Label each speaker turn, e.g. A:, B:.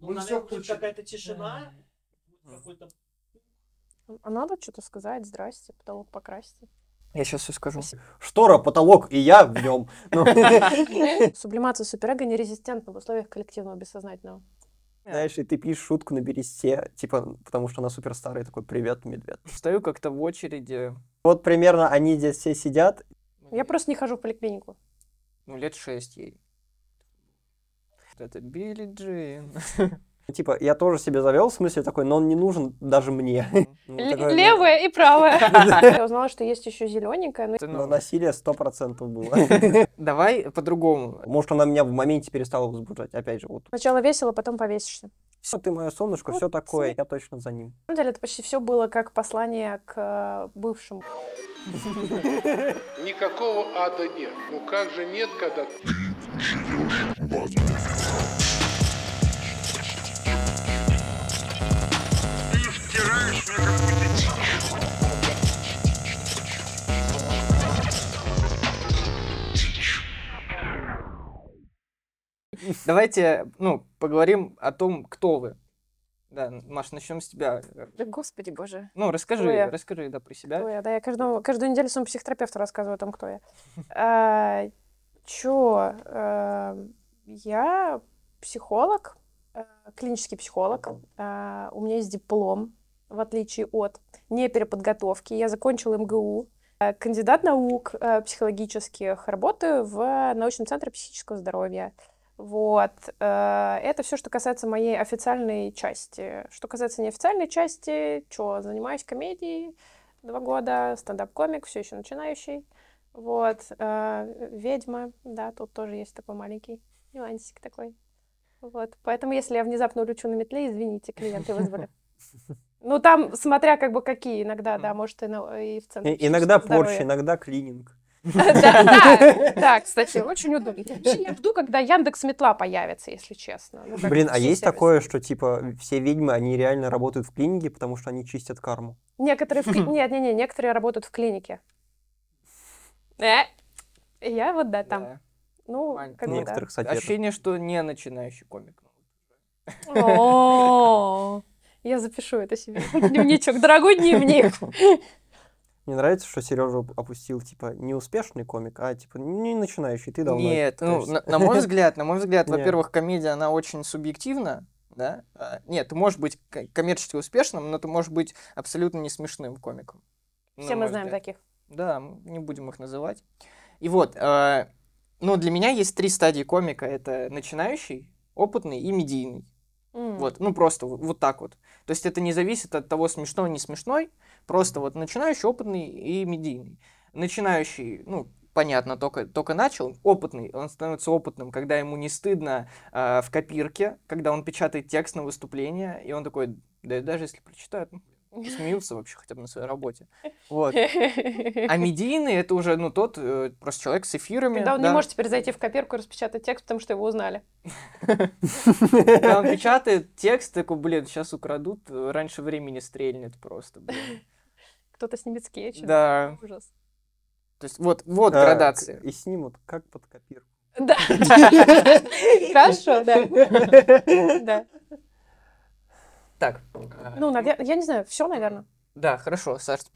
A: Ну,
B: Ну,
A: всё
B: все будет
A: куча.
B: какая-то тишина, будет
A: Да.
B: какой-то
C: А надо что-то сказать, здрасте, потолок покрасьте.
A: Я сейчас все скажу.
D: Штора, потолок и я в нем.
C: Сублимация суперэго нерезистентна в условиях коллективного бессознательного.
D: Знаешь, и ты пишешь шутку на бересте, типа, потому что она супер старая, такой, привет, медведь.
A: Стою как-то в очереди,
D: Вот примерно они здесь все сидят,
C: Я просто не хожу в поликлинику.
A: ну, лет шесть ей. Вот Это Билли Джин.
D: типа, я тоже себе завел, в смысле такой, но он не нужен даже мне. Ну,
C: Л-
D: такое, ну,
C: левая и правая. Я узнала, что есть еще зелененькая. но-
A: Это, ну,
D: Но насилие сто процентов было.
A: Давай по-другому.
D: Может, она меня в моменте перестала возбуждать. Опять же, вот
C: Сначала весело, потом повесишься.
D: все, ты мое солнышко,
C: Вот
D: все такое,
C: смотри.
D: я точно за ним.
C: На самом деле это почти все было как послание к э, бывшему.
E: Никакого ада нет. Ну как же нет, когда
A: Давайте, ну, поговорим о том, кто вы. Да, Маш, начнем с тебя.
C: Да господи боже.
A: Ну, расскажи,
C: Кто я?
A: расскажи, да, про
C: Кто
A: себя.
C: я? а, Да, я каждому- каждую неделю своему психотерапевту рассказываю о том, кто я. А, Чё? а, Я психолог, а, клинический психолог. А, У меня есть диплом, в отличие от непереподготовки. Я закончила МГУ. а, Кандидат наук а, психологических. Работаю в э, научном центре психического здоровья. Вот. э, Это все, что касается моей официальной части. Что касается неофициальной части, чё, занимаюсь комедией, два года, стендап-комик, все еще начинающий. Вот, э, ведьма, да, тут тоже есть такой маленький нюансик такой. Вот, поэтому если я внезапно улечу на метле, извините, клиенты вызвали. Ну, там, смотря как бы какие, иногда, да, может, и, на- и в центре.
D: И- Иногда
C: психического
D: порча,
C: Э, здоровья.
D: иногда клининг.
C: Да, да, кстати, очень удобно. Вообще, я жду, когда Яндекс Метла появится, если честно. Ну, как
D: Блин,
C: бы
D: а
C: все
D: есть
C: сервисы.
D: такое, что типа все ведьмы, они реально работают в клининге, потому что они чистят карму.
C: Некоторые в... кли- Нет, не, не, некоторые работают в клинике. Э, Я вот, да, там.
A: Да.
C: Ну,
A: Понятно.
C: как бы да.
D: Некоторых советов.
A: Ощущение, что не начинающий комик.
C: О, Я запишу это себе. Дневничок, дорогой дневник.
D: Мне нравится, что Сережа опустил типа не успешный комик, а типа не начинающий. Ты давно.
A: Нет, ну,
D: пытаешься.
A: на, на мой взгляд, на мой взгляд,
D: Нет.
A: во-первых, комедия, она очень субъективна, да? А, Нет, ты можешь быть к- коммерчески успешным, но ты можешь быть абсолютно не смешным комиком. на
C: Все мы
A: мой
C: знаем
A: взгляд.
C: таких.
A: Да, м, не будем их называть. И вот, э, ну, для меня есть три стадии комика. Это начинающий, опытный и медийный.
C: М.
A: Вот, ну просто вот, вот так вот. То есть это не зависит от того, смешной, не смешной. Просто вот начинающий, опытный и медийный. Начинающий, ну, понятно, только, только начал. Опытный, он становится опытным, когда ему не стыдно э, в копирке, когда он печатает текст на выступление, и он такой, да и даже если прочитают, ну, смеются вообще хотя бы на своей работе. Вот. А медийный это уже, ну, тот э, просто человек с эфирами.
C: Когда он не
A: да.
C: может теперь зайти в копирку и распечатать текст, потому что его узнали.
A: Когда он печатает текст, такой, блин, сейчас украдут, э, раньше времени стрельнет просто, блин.
C: Кто-то снимет скетч.
A: Да.
C: Ужас.
A: То есть вот, вот
D: А,
A: градация.
D: к- И снимут, как под копирку.
C: Да. Хорошо, да. Да.
A: Так.
C: Ну, навер- я не знаю, все, наверное.
A: а, Да, хорошо, Саш, теперь